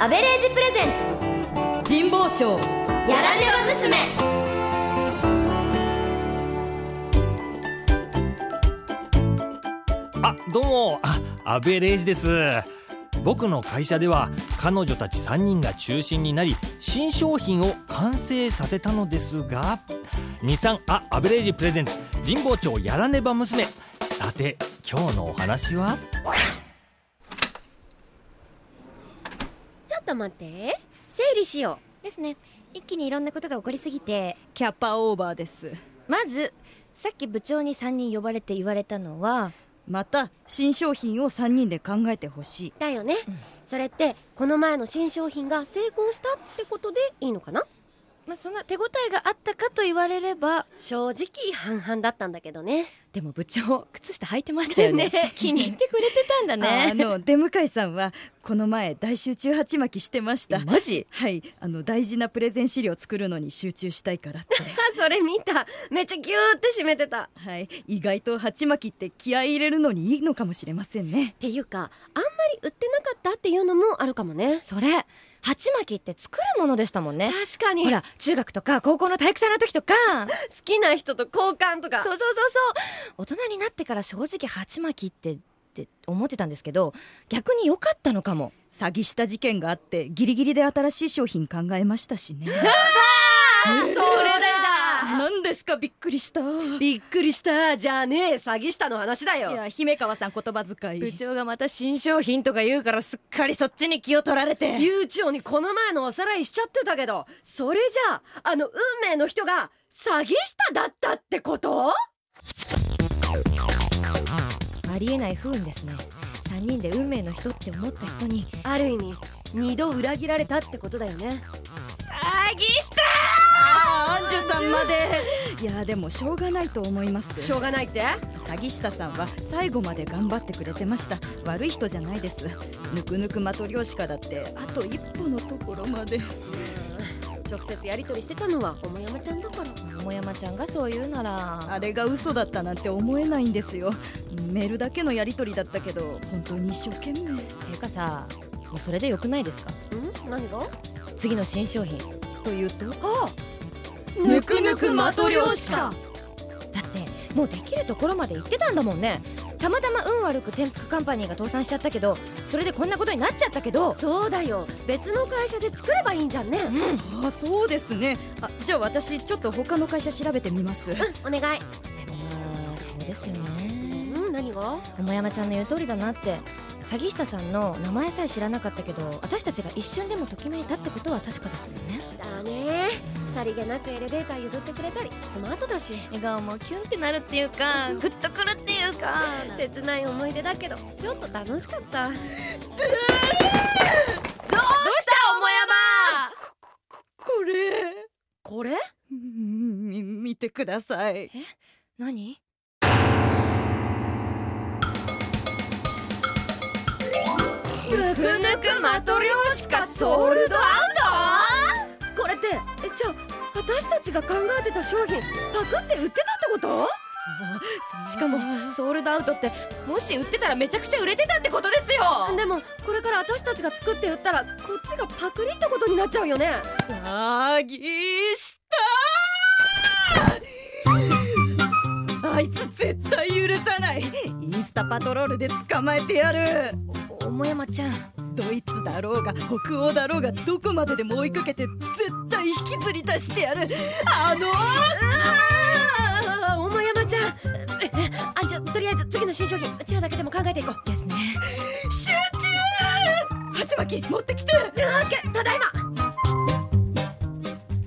アベレージプレゼンツ神保町やらねば娘あどうもあ安倍礼二です僕の会社では彼女たち3人が中心になり新商品を完成させたのですが23あアベレージプレゼンツ神保町やらねば娘さて今日のお話はちょっと待って整理しようですね一気にいろんなことが起こりすぎてキャパオーバーですまずさっき部長に3人呼ばれて言われたのはまた新商品を3人で考えてほしいだよね、それってこの前の新商品が成功したってことでいいのかなまあ、そんな手応えがあったかと言われれば正直半々だったんだけどねでも部長靴下履いてましたよね気に入ってくれてたん だあね の出向井さんはこの前大集中鉢巻きしてました マジはいあの大事なプレゼン資料作るのに集中したいからってそれ見ためっちゃギューって締めてたはい意外と鉢巻きって気合い入れるのにいいのかもしれませんっねていうかあんまり売ってなかったっていうのもあるかもねそれ鉢巻きって作るものでしたもんね確かにほら中学とか高校の体育祭の時と か好きな人と交換とかそうそうそうそう大人になってから正直鉢巻きってって思ってたんですけど逆に良かったのかも詐欺した事件があってギリギリで新しい商品考えましたしねそれだ 何ですかびっくりしたいびっくりしたじゃあね詐欺したの話だよや姫川さん言葉遣部い長がまた新商品とか言うからすっかりそっちに気を取ら れて悠長にこの前のおさらいしちゃってたけどそれじゃああの運命の人が詐欺師だったってことありえない不運ですね3人で運命の人って思った人にある意味二度裏切られたってことだよね詐欺したあアンジュさんまでいやでもしょうがないと思いますしょうがないって詐欺師さんは最後まで頑張ってくれてました悪い人じゃないですぬくぬくマトリョーシカだってあと一歩のところまで直接やり取りしてたのは桃山ちゃんだから桃山ちゃんがそう言うならあれが嘘だったなんて思えないんですよメールだけのやり取りだったけど本当に一生懸命ていうかさもうそれでよくないですかん何が次の新商品というとぬくぬくマトリョーシカだってもうできるところまで行ってたんだもんねたまたま運悪く転覆カンパニーが倒産しちゃったけどそれでこんなことになっちゃったけどそうだよ別の会社で作ればいいんじゃんねうんあそうですねあじゃあ私ちょっと他の会社調べてみますうんお願いでもまあそうですよねうん何が桃山ちゃんの言う通りだなって詐欺師さんの名前さえ知らなかったけど私たちが一瞬でもときめいたってことは確かですもんね、だねさりげなくエレベーター譲ってくれたりスマートだし笑顔もキュンってなるっていうかグッとくるっていうか切ない思い出だけどちょっと楽しかったこれこれうん み見てください何ぬくぬくマトリョーシカソールドアウトこれってえじゃあ私たちが考えてた商品パクって売ってたってことしかもソールドアウトってもし売ってたらめちゃくちゃ売れてたってことですよでもこれから私たちが作って売ったらこっちがパクリってことになっちゃうよね詐欺したあいつ絶対許さないインスタパトロールで捕まえてやる桃山ちゃんドイツだろうが北欧だろうがどこまででも追いかけて絶対引きずり出してやるあのああ桃山ちゃんえあじゃあとりあえず次の新商品うちらだけでも考えていこうですね集中鉢巻き持ってきてただいま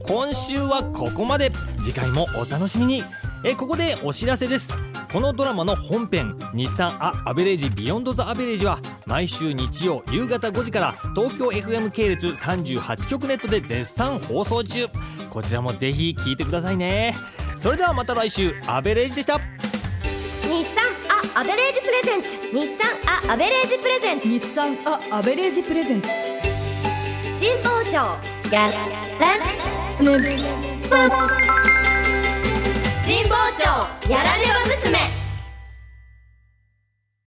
今週はここまで次回もお楽しみにえここでお知らせですこのドラマの本編「日産アアベレージビヨンドザアベレージは毎週日曜夕方5時から東京 FM 系列38局ネットで絶賛放送中こちらもぜひ聞いてくださいねそれではまた来週アベレージでした日産アアベレージプレゼンツ日産アアベレージプレゼンツ日産あアベレージプレゼンツ神保町やら神保町やらねば娘